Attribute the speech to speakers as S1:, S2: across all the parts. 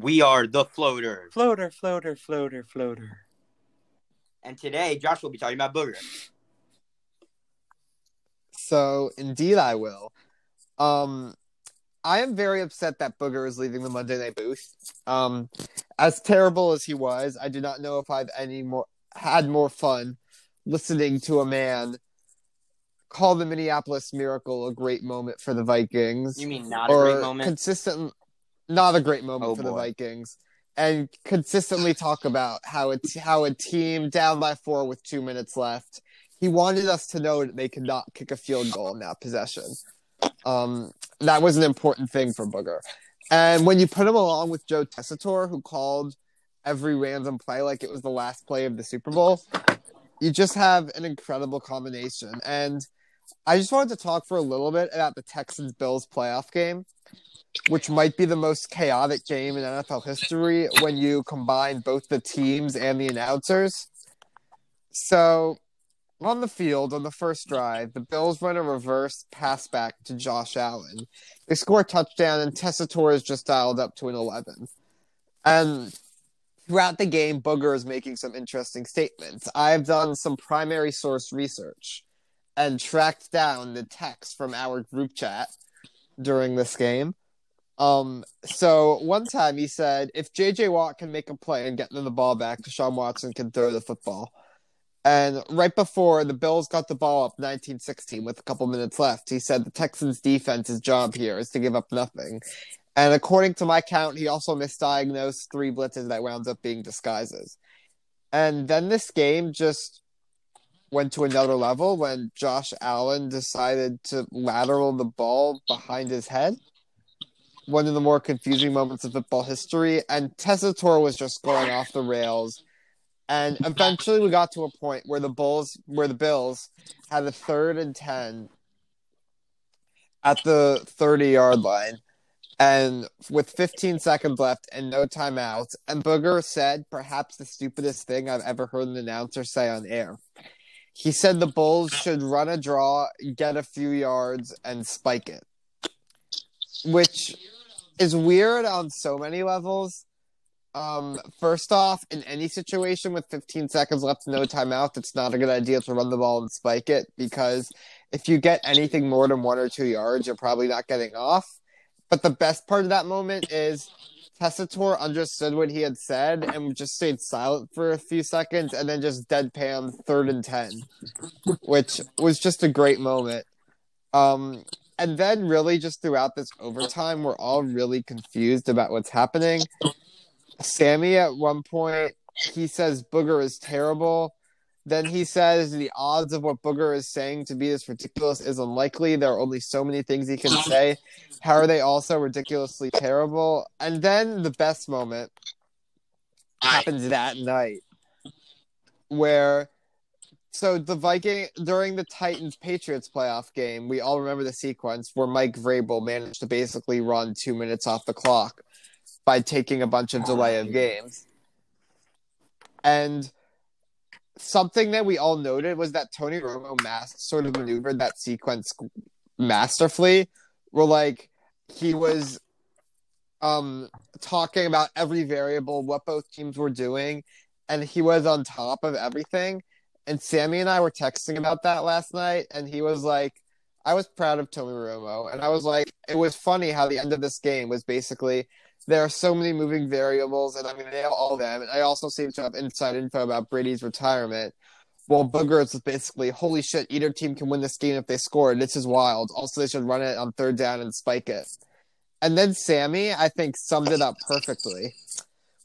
S1: We are the floaters.
S2: Floater, floater, floater, floater.
S1: And today, Josh will be talking about booger.
S3: So indeed, I will. Um, I am very upset that Booger is leaving the Monday Night Booth. Um, as terrible as he was, I do not know if I've any more had more fun listening to a man call the Minneapolis Miracle a great moment for the Vikings,
S1: You mean not a
S3: or
S1: great moment?
S3: consistent, not a great moment
S1: Oh,
S3: for the
S1: boy.
S3: Vikings, and consistently talk about how it's how a team down by four with two minutes left. He wanted us to know that they could not kick a field goal in that possession. Um, that was an important thing for Booger. And when you put him along with Joe Tessitore, who called every random play like it was the last play of the Super Bowl, you just have an incredible combination. And I just wanted to talk for a little bit about the Texans Bills playoff game, which might be the most chaotic game in NFL history when you combine both the teams and the announcers. So, on the field on the first drive, the Bills run a reverse pass back to Josh Allen. They score a touchdown, and Tessitore is just dialed up to an 11. And throughout the game, Booger is making some interesting statements. I've done some primary source research and tracked down the text from our group chat during this game. Um, so one time he said, if JJ Watt can make a play and get the ball back, Deshaun Watson can throw the football. And right before the Bills got the ball up 1916 with a couple minutes left, he said the Texans defense's job here is to give up nothing. And according to my count, he also misdiagnosed three blitzes that wound up being disguises. And then this game just went to another level when Josh Allen decided to lateral the ball behind his head. One of the more confusing moments of football history. And Tessitore was just going off the rails. And eventually we got to a point where the Bulls where the Bills had a third and ten at the thirty yard line and with 15 seconds left and no timeouts, and Booger said perhaps the stupidest thing I've ever heard an announcer say on air. He said the Bulls should run a draw, get a few yards, and spike it, which is weird on so many levels. Um, first off, in any situation with 15 seconds left, no timeout, it's not a good idea to run the ball and spike it because if you get anything more than one or two yards, you're probably not getting off. But the best part of that moment is Tessitore understood what he had said and just stayed silent for a few seconds and then just deadpan third and 10, which was just a great moment. Um, and then, really, just throughout this overtime, we're all really confused about what's happening. Sammy, at one point, he says Booger is terrible. Then he says the odds of what Booger is saying to be this ridiculous is unlikely. There are only so many things he can say how are they also ridiculously terrible? And then the best moment happens that night where so the Viking during the Titans Patriots playoff game, we all remember the sequence where Mike Vrabel managed to basically run two minutes off the clock by taking a bunch of delay of games. And something that we all noted was that Tony Romo mas- sort of maneuvered that sequence masterfully. Where like he was um talking about every variable, what both teams were doing, and he was on top of everything. And Sammy and I were texting about that last night, and he was like, I was proud of Tony Romo. And I was like, it was funny how the end of this game was basically there are so many moving variables, and I'm going to nail all of them. And I also seem to have inside info about Brady's retirement. Well, Boogers was basically, holy shit, either team can win this game if they score. This is wild. Also, they should run it on third down and spike it. And then Sammy, I think, summed it up perfectly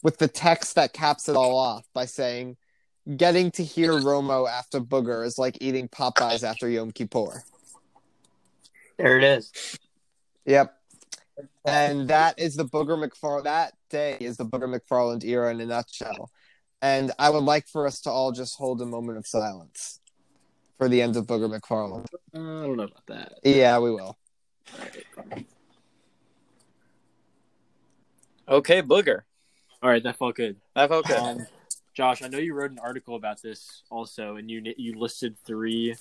S3: with the text that caps it all off by saying, getting to hear Romo after Booger is like eating Popeyes after Yom Kippur.
S1: There it is.
S3: Yep. And that is the Booger McFarland. That day is the Booger McFarland era in a nutshell. And I would like for us to all just hold a moment of silence for the end of Booger McFarland.
S2: Uh, I don't know about that.
S3: Yeah, we will.
S4: Okay, Booger.
S2: All right, that felt good.
S4: That felt good.
S2: Um, Josh, I know you wrote an article about this also, and you you listed three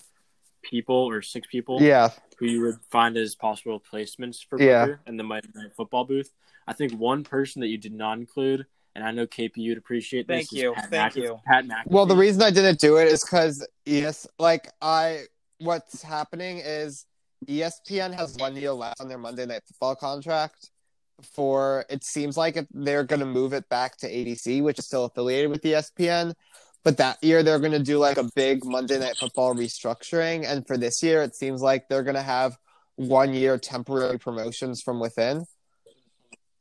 S2: people or six people
S3: Yeah.
S2: who you would find as possible replacements for
S3: Yeah.
S2: Booker and the Monday Night Football booth. I think one person that you did not include, and I know KP would appreciate this.
S4: Thank
S2: is
S4: you.
S2: Pat
S4: Thank
S2: Mc-
S4: you.
S2: Pat McAfee.
S3: Well, the reason I didn't do it is because yes, like I, what's happening is E ESPN has one year left on their Monday Night Football contract. Before it seems like it- they're going to move it back to ADC, which is still affiliated with E ESPN. But that year they're going to do like a big Monday Night Football restructuring, and for this year it seems like they're going to have one year temporary promotions from within.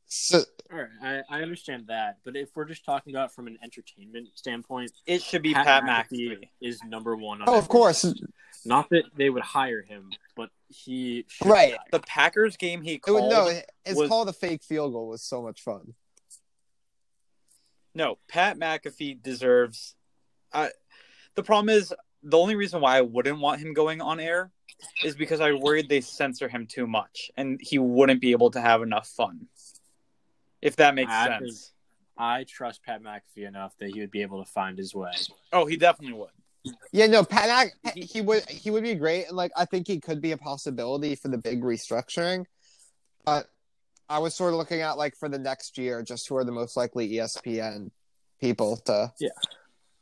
S3: So
S2: All right, I, I understand that, but if we're just talking about from an entertainment standpoint,
S4: It should be
S2: Pat,
S4: Pat,
S2: McAfee,
S4: McAfee.
S2: is number one. On
S3: oh, of
S2: everyone's
S3: course,
S2: list. Not that they would hire him, but he should be
S3: Right.
S2: hired.
S4: The Packers game he
S3: it would,
S4: called.
S2: Oh,
S3: no, his
S4: was-
S3: call the fake field goal was so much fun.
S4: No, Pat McAfee deserves. I the problem is the only reason why I wouldn't want him going on air is because I worried they censor him too much and he wouldn't be able to have enough fun. If that makes
S2: I
S4: sense.
S2: think- I trust Pat McAfee enough that he would be able to find his way.
S4: Oh, he definitely would.
S3: Yeah, no, Pat, Pat- he would he would be great, and like I think he could be a possibility for the big restructuring. But I was sort of looking at like for the next year, just who are the most likely E ESPN people to
S2: Yeah.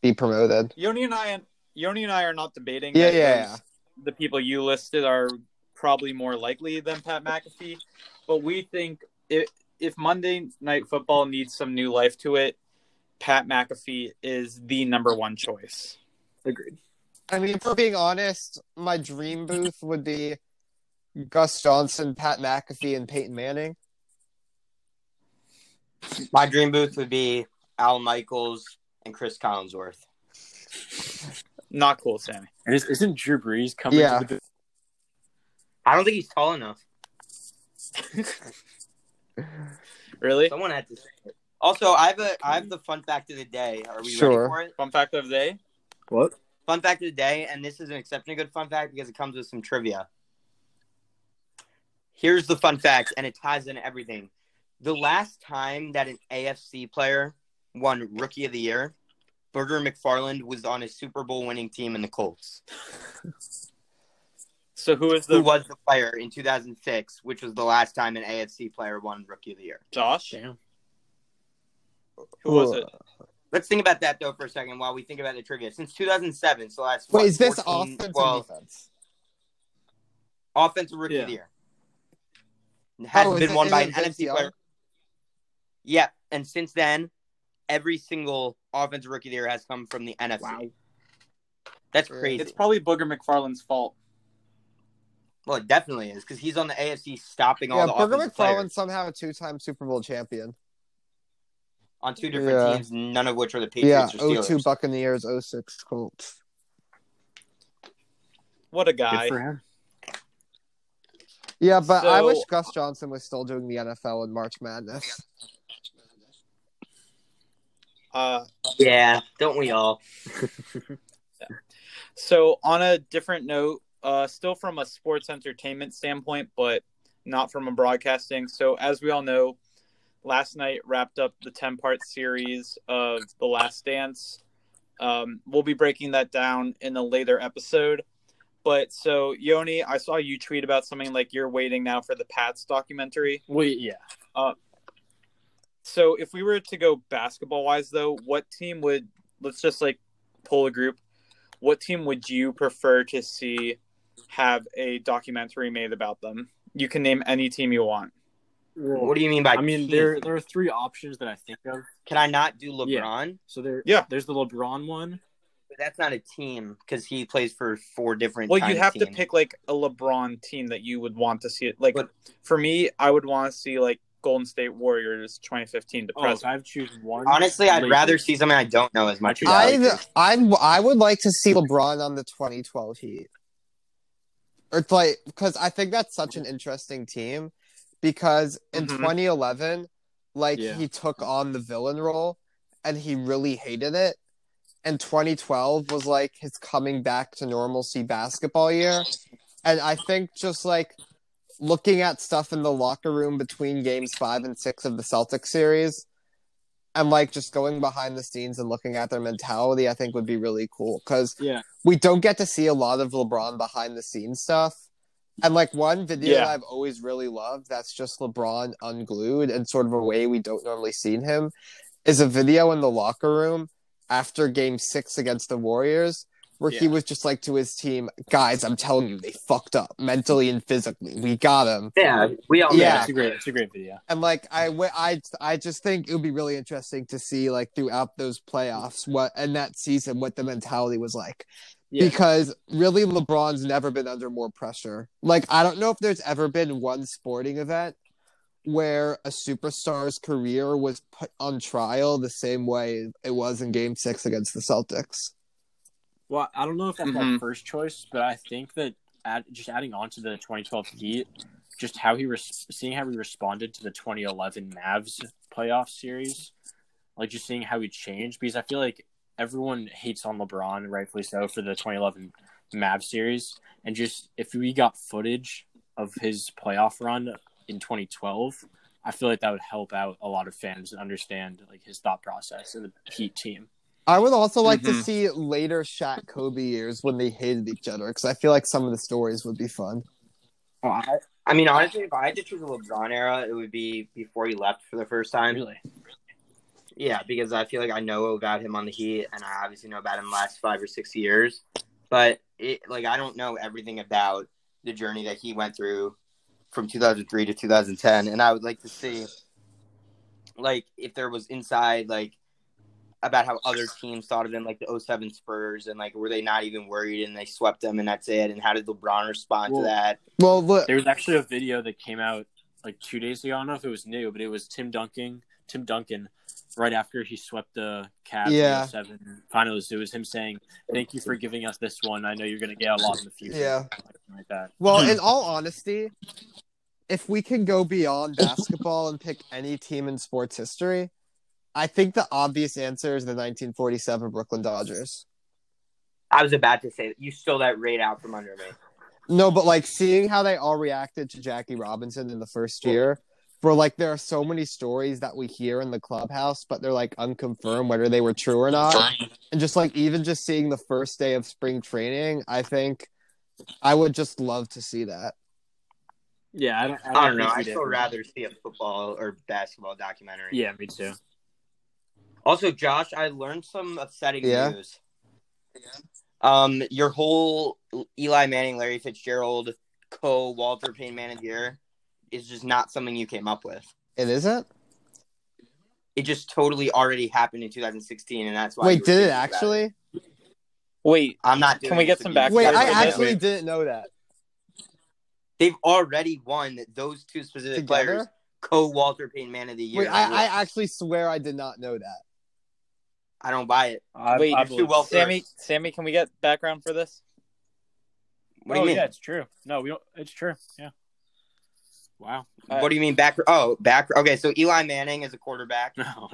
S3: be promoted.
S4: Yoni and I Yoni and I are not debating.
S3: Yeah,
S4: that
S3: yeah,
S4: those- The people you listed are probably more likely than Pat McAfee, but we think if if Monday Night Football needs some new life to it, Pat McAfee is the number one choice.
S2: Agreed.
S3: I mean, for being honest, my dream booth would be Gus Johnson, Pat McAfee, and Peyton Manning.
S1: My dream booth would be Al Michaels and Chris Collinsworth.
S4: Not cool, Sammy.
S2: And is, isn't Drew Brees coming?
S3: Yeah.
S2: To the,
S1: I don't think he's tall enough.
S4: Really?
S1: Someone had to say it. Also, I have a I have the fun fact of the day. Are we
S3: Sure.
S1: ready for it?
S4: Fun fact of the day.
S2: what?
S1: Fun fact of the day, and this is an exceptionally good fun fact because it comes with some trivia. Here's the fun fact, and it ties into everything. The last time that an AFC player won Rookie of the Year, Burger McFarland was on a Super Bowl winning team in the Colts.
S4: So who is
S1: Who
S4: the
S1: was the player in 2006, which was the last time an AFC player won Rookie of the Year?
S4: Josh?
S2: Damn.
S4: Who was it?
S1: Let's think about that though for a second while we think about the trivia. Since 2007, so last
S3: Wait,
S1: what,
S3: is this
S1: 14,
S3: offense or
S1: 12,
S3: defense?
S1: offensive rookie
S2: Yeah.
S1: of the year. It hasn't
S3: Oh, is
S1: been
S3: it-
S1: won
S3: is
S1: by
S3: it
S1: an
S3: Vince
S1: NFC
S3: Young?
S1: player. Yeah, and since then, every single offensive rookie of the year has come from the NFC.
S2: Wow.
S1: That's
S3: Yeah.
S1: crazy.
S4: It's probably Booger McFarland's fault.
S1: well, it definitely is because he's on the AFC stopping all
S3: Yeah,
S1: the
S3: Burger
S1: offensive
S3: McFarland
S1: players
S3: somehow a two-time Super Bowl champion.
S1: on two different
S3: Yeah.
S1: teams, none of which are the
S3: uh, Yeah,
S1: Patriots or
S3: O two
S1: Steelers.
S3: Buccaneers, O six Colts.
S4: What a
S2: Good
S4: guy.
S2: for him.
S3: Yeah, but I wish
S4: So-
S3: Gus Johnson was still doing the NFL in March Madness.
S4: Uh,
S1: Yeah, don't we all?
S4: So, on a different note, uh, still from a sports entertainment standpoint, but not from a broadcasting. So, as we all know, last night wrapped up the 10 part series of The Last Dance. Um, we'll be breaking that down in a later episode. But so, Yoni, I saw you tweet about something like you're waiting now for the Pats documentary.
S2: Wait, yeah.
S4: So, if we were to go basketball wise, though, what team would, let's just like pull a group, what team would you prefer to see have a documentary made about them? You can name any team you want.
S1: What do you mean by?
S2: I mean,
S1: team?
S2: there there are three options that I think of.
S1: can I not do LeBron?
S2: Yeah. So there,
S4: Yeah.
S2: there's the LeBron one.
S1: But that's not a team because he plays for four different.
S4: Well,
S1: kind
S4: you'd
S1: of
S4: have to
S1: teams.
S4: pick like a LeBron team that you would want to see it. Like
S1: But-
S4: for me, I would want to see like Golden State Warriors 2015 to
S2: Oh, if
S4: present.
S2: I have to choose one.
S1: Honestly, I'd
S2: Lakers.
S1: rather see something I don't know as much
S2: I-
S1: about.
S3: I I I would like to see LeBron on the 2012 Heat. Or It's like because I think that's such an interesting team because in
S4: Mhm.
S3: 2011, like
S2: Yeah.
S3: he took on the villain role and he really hated it. And 2012 was like his coming back to normalcy basketball year. And I think just like looking at stuff in the locker room between games five and six of the Celtics series, and like just going behind the scenes and looking at their mentality, I think would be really cool because
S2: Yeah.
S3: we don't get to see a lot of LeBron behind the scenes stuff. And like one video
S4: Yeah.
S3: that I've always really loved that's just LeBron unglued in sort of a way we don't normally see him is a video in the locker room after game six against the Warriors where he
S2: Yeah.
S3: was just like to his team, guys, I'm telling you, they fucked up mentally and physically. We got him.
S1: Yeah, we all
S3: know Yeah.
S2: it's a great, it's a great video.
S3: And like I, w- I, I just think it would be really interesting to see like throughout those playoffs what and that season what the mentality was like
S2: Yeah.
S3: because really LeBron's never been under more pressure. Like I don't know if there's ever been one sporting event where a superstar's career was put on trial the same way it was in Game Six against the Celtics.
S2: Well, I don't know if that's my
S4: Mhm.
S2: first choice, but I think that add, just adding on to the 2012 Heat, just how he res- seeing how he responded to the 2011 Mavs playoff series, like just seeing how he changed because I feel like everyone hates on LeBron, rightfully so, for the 2011 Mavs series, and just if we got footage of his playoff run in 2012. I feel like that would help out a lot of fans and understand like his thought process and the Heat team.
S3: I would also like to
S2: Mm-hmm.
S4: Mhm.
S3: see later Shaq Kobe years when they hated each other because I feel like some of the stories would be fun.
S1: I mean, honestly, if I had to choose a LeBron era, it would be before he left for the first time.
S2: Really?
S1: Yeah, because I feel like I know about him on the Heat, and I obviously know about him last five or six years. But it, like, I don't know everything about the journey that he went through from 2003 to 2010, and I would like to see, like, if there was inside, like, about how other teams thought of him, like the 07 Spurs, and like, were they not even worried and they swept them, and that's it? And how did LeBron respond
S2: Well,
S1: to that?
S3: Well, look,
S2: There was actually a video that came out like two days ago. I don't know if it was new, but it was Tim Duncan. Tim Duncan, right after he swept the Cavs
S3: Yeah.
S2: in the 07 finals, it was him saying, "Thank you for giving us this one. I know you're going to get a lot in the future."
S3: Yeah.
S2: like that.
S3: Well, in all honesty, if we can go beyond basketball and pick any team in sports history, I think the obvious answer is the 1947 Brooklyn Dodgers.
S1: I was about to say that you stole that right out from under me.
S3: No, but like seeing how they all reacted to Jackie Robinson in the first year, for like there are so many stories that we hear in the clubhouse, but they're like unconfirmed whether they were true or not. And just like even just seeing the first day of spring training, I think I would just love to see that.
S2: Yeah, I don't, I don't,
S1: I don't know.
S2: think we
S1: I'd
S2: did.
S1: still rather see a football or basketball documentary.
S2: Yeah, me too.
S1: Also, Josh, I learned some upsetting
S3: Yeah?
S1: news. Um, your whole Eli Manning, Larry Fitzgerald, co Walter Payne Man of the Year is just not something you came up with.
S3: It isn't?
S1: It just totally already happened in 2016, and that's why. you
S3: Wait,
S1: were
S3: did it
S1: thinking about
S3: actually?
S4: Wait,
S1: I'm not.
S4: Can
S1: doing
S4: we
S1: this
S4: get
S1: to
S4: some
S1: you.
S4: backstory
S3: Wait,
S4: Yeah,
S3: I
S4: yeah.
S3: actually didn't know that.
S1: They've already won those two specific players,
S3: Together?
S1: co Walter Payne Man of the Year.
S3: Wait, I, I actually swear I did not know that.
S1: I don't buy it.
S2: I,
S4: Wait,
S2: I
S1: You're too
S2: believe-
S1: well.
S4: Sammy,
S1: versed.
S4: Sammy, can we get background for this?
S1: What do you
S2: oh,
S1: mean?
S2: yeah, it's true. No, we don't. It's true. Yeah. Wow.
S4: Uh,
S1: what do you mean back? Oh, back. Okay, so Eli Manning is a quarterback.
S2: No.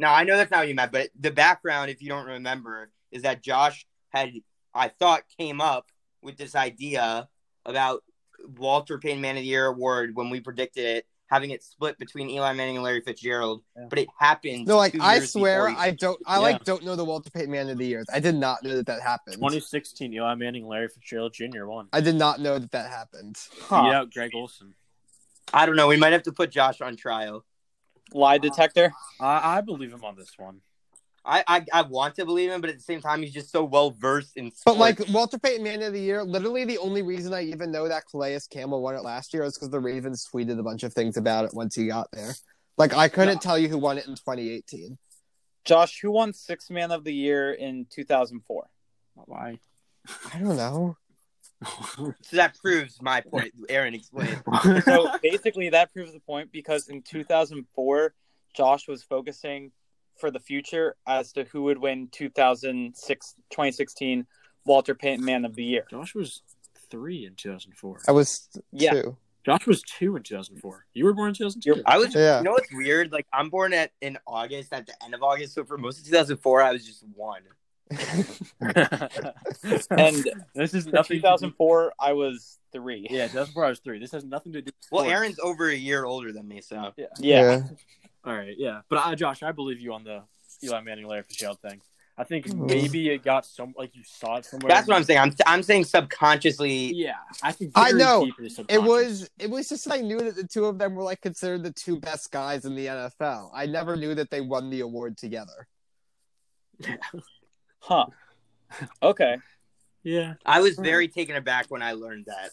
S1: Now I know that's not what you meant, but the background, if you don't remember, is that Josh had I thought came up with this idea about Walter Payne Man of the Year award when we predicted it, having it split between Eli Manning and Larry Fitzgerald,
S2: Yeah.
S1: but it happened.
S3: No, like
S1: two
S3: I
S1: years
S3: swear
S1: before
S3: I don't. I like don't know the Walter Payton Man of the Years. I did not know that that happened.
S2: 2016, Eli Manning, Larry Fitzgerald Jr. won.
S3: I did not know that that happened.
S2: Beat
S4: Huh.
S2: out Greg Olson.
S1: I don't know. We might have to put Josh on trial.
S4: Lie detector.
S2: I, I believe him on this one.
S1: I, I I want to believe him, but at the same time, he's just so well versed in.
S3: But
S1: sports.
S3: like Walter Payton Man of the Year, literally the only reason I even know that Calais Campbell won it last year is because the Ravens tweeted a bunch of things about it once he got there. Like I couldn't tell you who won it in 2018.
S4: Josh, who won Sixth Man of the Year in 2004?
S2: Why?
S3: I don't know.
S1: so that proves my point. Aaron explained.
S4: So basically, that proves the point because in 2004, Josh was focusing for the future as to who would win 2006, 2016 Walter Payton Man of the Year.
S2: Josh was three in 2004.
S3: I was
S4: Yeah.
S3: two.
S2: Josh was two in 2004. You were born in 2002.
S1: I was,
S3: Yeah.
S1: you know, what's weird? Like, I'm born at in August, at the end of August. So for most of 2004, I was just one.
S4: And
S2: this is
S4: in
S2: nothing.
S4: 2004, I was three.
S2: Yeah, 2004. I was three. This has nothing to do. with
S1: Well,
S2: sports.
S1: Aaron's over a year older than me, so
S4: Yeah.
S2: All right, yeah, but uh, Josh, I believe you on the Eli Manning Larry Fitzgerald thing. I think maybe it got some like you saw it somewhere.
S1: That's what I'm saying. I'm I'm saying subconsciously.
S2: Yeah, I think
S3: I
S2: very
S3: know.
S2: deep in his
S3: It
S2: subconscious.
S3: was it was just I knew that the two of them were like considered the two best guys in the NFL. I never knew that they won the award together.
S4: Huh. Okay.
S2: yeah.
S1: I was very
S2: Mm.
S1: taken aback when I learned that.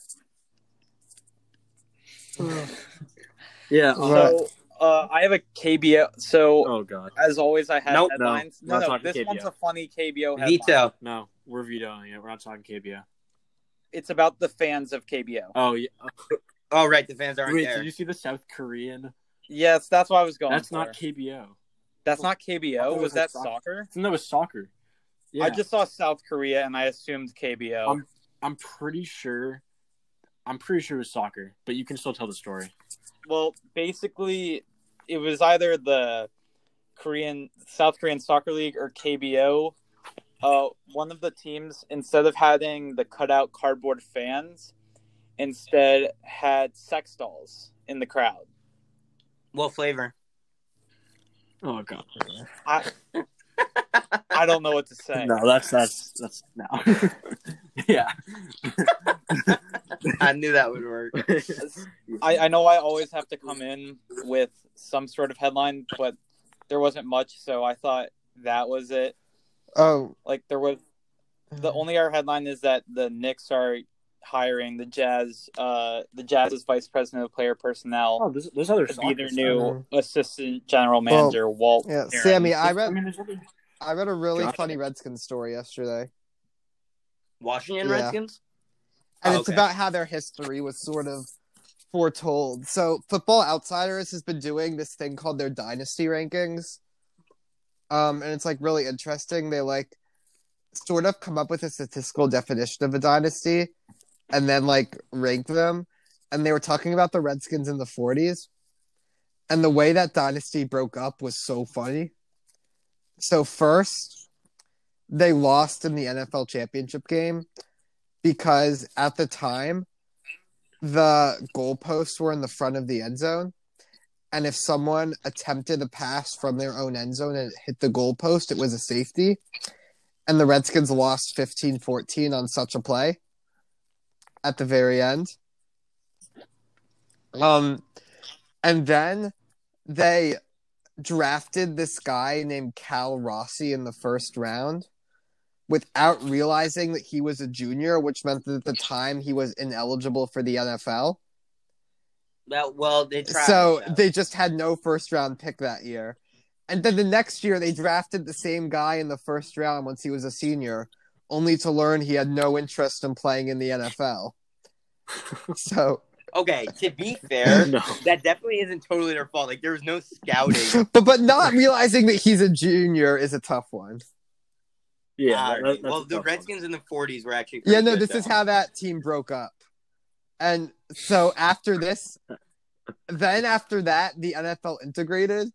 S2: Yeah.
S3: Right.
S4: So uh, I have a KBO. So
S2: oh god.
S4: as always, I have
S1: Nope.
S2: No,
S4: headlines.
S2: we're
S4: No, no,
S2: not talking
S4: this
S2: KBO.
S4: one's a funny KBO headline.
S1: Veto.
S2: No, we're vetoing it. We're not talking KBO.
S4: It's about the fans of KBO.
S2: Oh yeah.
S1: Oh right, the fans aren't
S2: Wait,
S1: there.
S2: did you see the South Korean?
S4: Yes, that's what I was going.
S2: That's
S4: for.
S2: not KBO.
S4: That's not
S2: I thought
S4: KBO.
S2: it
S4: Was,
S2: was
S4: that
S2: like
S4: soccer?
S2: No, it was soccer. Yeah.
S4: I just saw South Korea and I assumed KBO.
S2: Um, I'm pretty sure. I'm pretty sure it was soccer, but you can still tell the story.
S4: well, basically, it was either the Korean South Korean Soccer League or KBO. Uh, one of the teams, instead of having the cutout cardboard fans, instead had sex dolls in the crowd.
S1: What flavor?
S2: Oh god.
S4: I I don't know what to say.
S2: No, that's that's that's no. yeah.
S1: I knew that would work.
S4: I, I know I always have to come in with some sort of headline, but there wasn't much, so I thought that was it.
S3: Oh,
S4: Like there was the only other headline is that the Knicks are hiring the Jazz, uh, the Jazz's vice president of player
S2: Oh,
S4: personnel
S2: there's, there's other
S4: to be
S2: soccer
S4: their
S2: stuff.
S4: new assistant general manager, Walt.
S3: yeah,
S4: Barron.
S3: Sammy, I read
S2: mean, there's other-
S3: I read a really
S2: Gotcha.
S3: funny Redskins story yesterday.
S1: Washington
S3: Yeah.
S1: Redskins.
S3: and
S1: Oh,
S3: it's
S1: okay.
S3: about how their history was sort of foretold. So Football Outsiders has been doing this thing called their dynasty rankings. Um, and it's like really interesting. They like sort of come up with a statistical definition of a dynasty and then like rank them. And they were talking about the Redskins in the 40s. And the way that dynasty broke up was so funny. So, first, they lost in the NFL championship game because at the time the goalposts were in the front of the end zone and if someone attempted a pass from their own end zone and it hit the goalpost it was a safety and the redskins lost 15-14 on such a play at the very end um and then they drafted this guy named cal rossi in the first round without realizing that he was a junior, which meant that at the time he was ineligible for the NFL.
S1: That well, they tried.
S3: so
S1: that.
S3: they just had no first round pick that year. And then the next year they drafted the same guy in the first round once he was a senior, only to learn he had no interest in playing in the NFL. so
S1: okay. To be fair,
S2: No.
S1: that definitely isn't totally their fault. Like there was no scouting.
S3: but but not realizing that he's a junior is a tough one.
S2: Yeah.
S1: Uh,
S2: that- that's
S1: well,
S2: a
S1: the
S2: tough one.
S1: Redskins in the '40s were actually.
S3: Yeah,
S1: pretty
S3: no,
S1: good,
S3: this is
S1: though.
S3: how that team broke up. And so after this, then after that, the NFL integrated,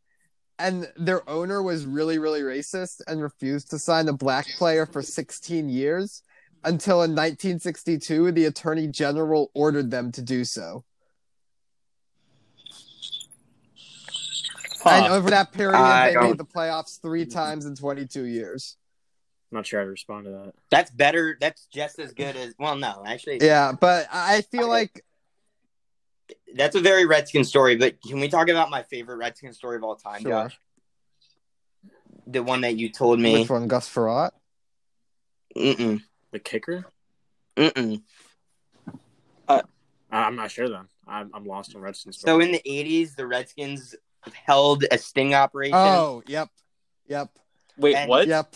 S3: and their owner was really, really racist and refused to sign a black player for 16 years until in 1962, the attorney general ordered them to do so.
S4: Huh.
S3: And over that period,
S1: I
S3: they
S1: don't-
S3: made the playoffs three times in 22 years.
S2: I'm not sure I respond to that.
S1: That's better. That's just as good as. Well, no, actually,
S3: Yeah, but I feel like
S1: that's a very Redskin story. But can we talk about my favorite Redskin story of all time,
S3: Sure.
S1: Josh? The one that you told me.
S3: which one, Gus Farrat?
S1: Mm-mm.
S2: The kicker?
S1: Mm-mm.
S2: I- I'm not sure then. I'm, I'm lost on Redskins.
S1: So in the eighties, the Redskins held a sting operation,
S3: Oh, yep, yep,
S4: Wait,
S1: and-
S4: what?
S3: yep.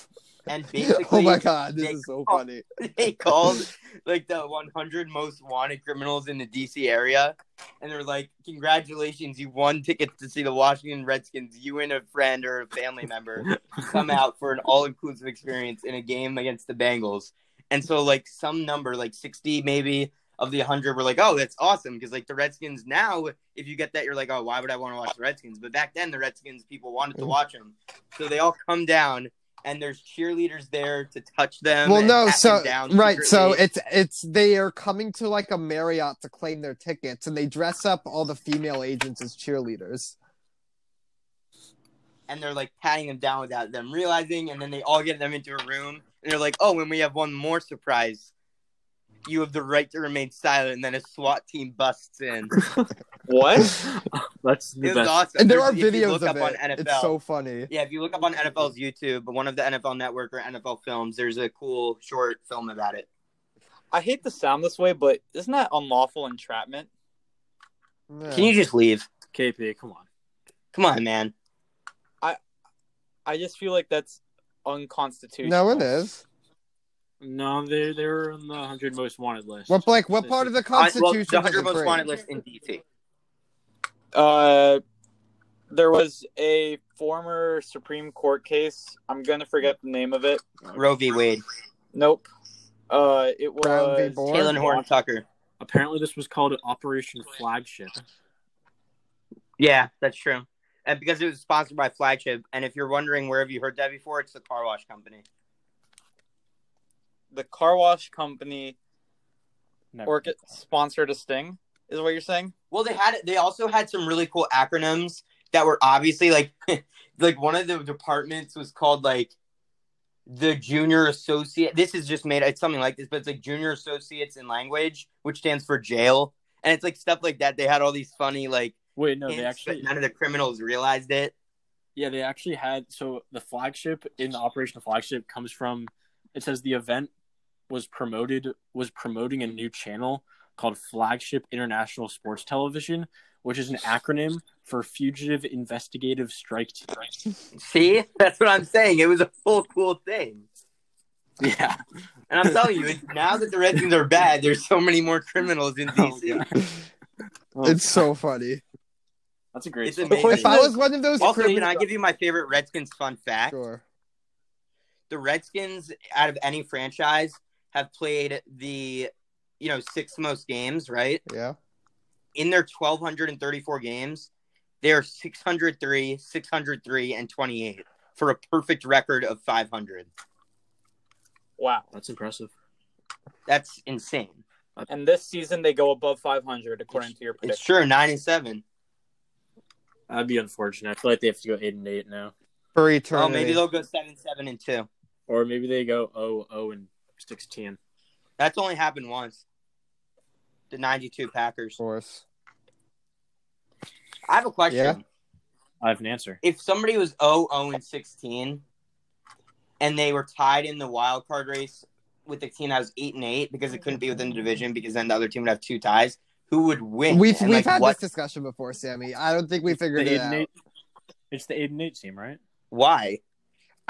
S1: and basically,
S3: oh my god, this
S1: they-
S3: is so
S1: oh.
S3: funny.
S1: they called like the one hundred most wanted criminals in the DC area, and they're like, "Congratulations, you won tickets to see the Washington Redskins. You and a friend or a family member come out for an all-inclusive experience in a game against the Bengals." And so, like some number, like sixty maybe of the hundred, were like, "Oh, that's awesome!" Because like the Redskins now, if you get that, you're like, "Oh, why would I want to watch the Redskins?" But back then, the Redskins people wanted to watch them, so they all come down. And there's cheerleaders there to touch them.
S3: Well,
S1: and
S3: no,
S1: pat
S3: so
S1: them down
S3: right, so
S1: secretly.
S3: it's it's they are coming to like a Marriott to claim their tickets, and they dress up all the female agents as cheerleaders.
S1: and they're like patting them down without them realizing, and then they all get them into a room, and they're like, "Oh, and we have one more surprise. You have the right to remain silent." And then a SWAT team busts in.
S4: What?
S2: That's
S1: It
S2: the
S1: was
S2: best.
S1: awesome.
S3: And there are
S1: There's- if you
S3: videos
S1: look
S3: of
S1: up on
S3: it. It's
S1: NFL
S3: so funny.
S1: yeah, if you look up on NFL's YouTube, but one of the NFL Network or NFL Films, there's a cool short film about it.
S4: I hate to sound this way, but isn't that unlawful entrapment?
S3: Yeah.
S1: Can you just leave?
S2: KP, come on.
S1: Come on, man.
S4: I just feel like that's unconstitutional.
S3: No, it is.
S2: No, they they were on the hundred most wanted list.
S3: What like what part of the
S1: I- well,
S3: Constitution?
S1: the
S3: does it
S1: hundred most
S3: break?
S1: wanted list in DC.
S4: Uh, there was a former Supreme Court case. I'm gonna forget the name of it.
S1: Roe v. Wade,
S4: Nope. Uh, it
S3: Brown v.
S4: was
S3: Board.
S1: Taylor Horn Tucker.
S2: Apparently, this was called Operation Flagship.
S1: Yeah, that's true. And because it was sponsored by Flagship, and if you're wondering where have you heard that before, it's the car wash company.
S4: the car wash company
S2: Never
S4: or sponsored a sting. Is what you're saying?
S1: Well, they had they also had some really cool acronyms that were obviously like like one of the departments was called like the junior associate. This is just made it's something like this, but it's like junior associates in language, which stands for jail, and it's like stuff like that. They had all these funny like
S2: Wait, no, they
S1: hints,
S2: actually
S1: but none of the criminals realized it.
S2: Yeah, they actually had so the flagship in the operation flagship comes from it says the event was promoted was promoting a new channel called Flagship International Sports Television, which is an acronym for Fugitive Investigative Strike Team.
S1: See, that's what I'm saying. It was a full cool thing.
S2: yeah.
S1: And I'm telling you, it's, now that the Redskins are bad, there's so many more criminals in
S2: Oh,
S1: DC.
S3: It's
S1: Oh,
S3: so funny.
S2: that's a great
S1: It's
S2: song.
S1: amazing.
S3: If I was one of those
S1: also, can I
S3: criminals-
S1: give you my favorite Redskins fun fact?
S3: Sure.
S1: The Redskins, out of any franchise, have played the, you know, six most games. Right
S3: Yeah.
S1: in their 1,234 games, they are 603, 603, and 28 for a perfect record of 500.
S4: Wow.
S2: That's impressive.
S1: That's insane.
S4: And this season they go above 500 according to your
S1: It's
S4: prediction.
S1: sure nine and seven.
S2: That'd be unfortunate. I feel like they have to go eight and eight now.
S3: For
S1: Oh,
S3: eternity.
S1: maybe they'll go seven, seven, and two.
S2: Or maybe they go oh oh and sixteen.
S1: That's only happened once. The 92 Packers.
S3: Of course.
S1: I have a question.
S3: Yeah.
S2: I have an answer.
S1: If somebody was 0 0 and 16 and they were tied in the wild card race with the team that was 8 and 8 because it couldn't be within the division because then the other team would have two ties, who would win?
S3: We've
S1: And,
S3: we've
S1: like,
S3: had
S1: what,
S3: this discussion before, Sammy. I don't think we figured
S2: the
S3: it
S2: eight and
S3: out.
S2: eight. It's the eight and eight team, right?
S1: why?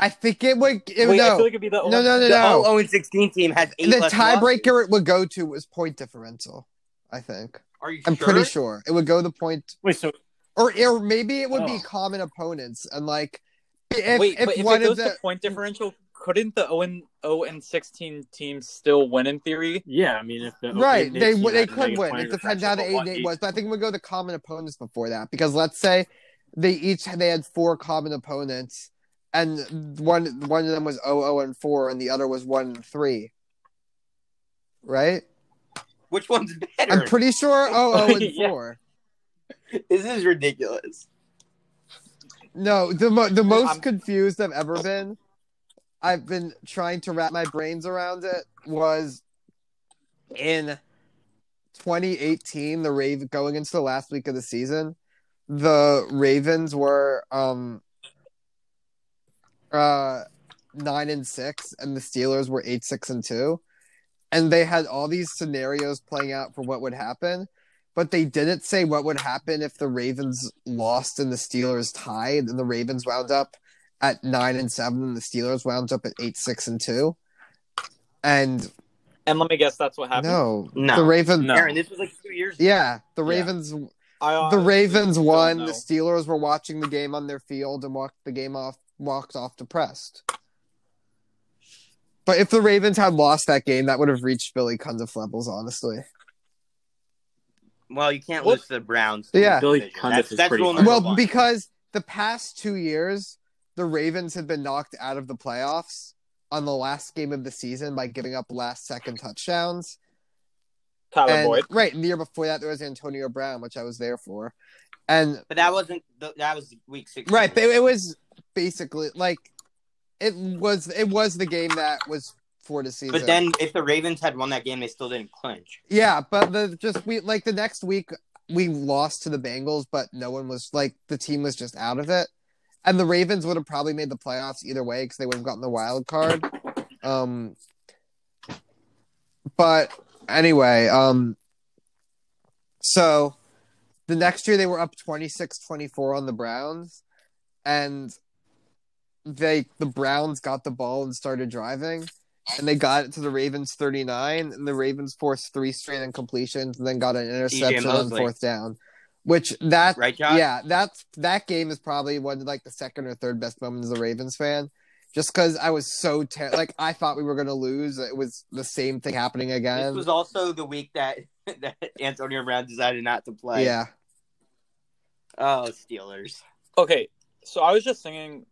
S3: I think it would. It,
S4: Wait, I
S3: no.
S4: feel like it'd be the
S3: no,
S4: only-
S3: no, no,
S1: The
S3: no.
S1: 0 0 and 16 team has 8
S3: the
S1: less
S3: tiebreaker
S1: losses.
S3: it would go to was point differential. I think.
S1: Are you
S3: I'm
S1: sure?
S3: pretty sure it would go the point,
S2: Wait, so
S3: or or maybe it would be
S2: Oh.
S3: common opponents and like if
S4: Wait,
S3: if
S4: but if
S3: one
S4: it
S3: of
S4: goes
S3: the
S4: to point differential, couldn't the 0 and 0 and 16 teams still win in theory?
S2: Yeah, I mean, if the
S3: Right,
S2: if
S3: they
S2: team
S3: w- they
S2: had a
S3: could
S2: negative
S3: win.
S2: point
S3: It
S2: or
S3: depends
S2: differential,
S3: how the
S2: but
S3: eight
S2: what
S3: and eight was, but I think we go to common opponents before that because let's say they each they had four common opponents, and one one of them was 0 and four, and the other was one and three. Right,
S1: Which one's better?
S3: I'm pretty sure 0 and
S2: Yeah.
S3: four.
S1: this is ridiculous.
S3: No, the mo- the most
S4: I'm-
S3: confused I've ever been. I've been trying to wrap my brains around it. Was in 2018, the Raven going into the last week of the season, the Ravens were um uh nine and six, and the Steelers were eight six and two, and they had all these scenarios playing out for what would happen but they didn't say what would happen if the Ravens lost and the Steelers tied, and the Ravens wound up at nine and seven, and the Steelers wound up at eight, six, and two. And
S4: And let me guess, that's what happened.
S3: no,
S1: No.
S3: the Ravens,
S2: No.
S1: Aaron, this was like two years ago.
S3: yeah, the
S2: Yeah.
S3: Ravens,
S4: I,
S3: the
S4: honestly
S3: Ravens
S4: Uh, don't
S3: won.
S4: know.
S3: The Steelers were watching the game on their field and walked the game off, walked off depressed. But if the Ravens had lost that game, that would have reached Billy Cundiff levels, honusly.
S1: Well, you can't
S4: What?
S1: lose to the Browns.
S3: Yeah.
S2: Billy
S1: Division.
S2: Cundiff
S1: That's,
S2: is
S1: that's
S2: pretty
S1: rule
S2: fun.
S1: number
S3: well,
S1: one.
S3: because the past two years, the Ravens had been knocked out of the playoffs on the last game of the season by giving up last second touchdowns.
S4: Tyler
S3: and,
S4: Boyd.
S3: Right. And the year before that, there was Antonio Brown, which I was there for. And
S1: But that wasn't. th- That was week six.
S3: right, but it was basically like it was it was the game that was for the season.
S1: But then if the Ravens had won that game, they still didn't clinch.
S3: yeah, but the just we like the next week we lost to the Bengals, but no one was like the team was just out of it, and the Ravens would have probably made the playoffs either way because they would have gotten the wild card. Um, but anyway, um, so the next year they were up 26-24 on the Browns, and they the Browns got the ball and started driving and they got it to the Ravens 39, and the Ravens forced three straight incompletions, and then got an interception on
S1: Mosley.
S3: fourth down. Which that
S1: Right, Josh?
S3: yeah, that's that game is probably one of like the second or third best moments as a Ravens fan, just because I was so ter- like I thought we were gonna lose. It was the same thing happening
S1: This
S3: again.
S1: was also the week that that Antonio Brown decided not to play.
S3: yeah,
S1: Oh, Steelers.
S4: Okay, so I was just thinking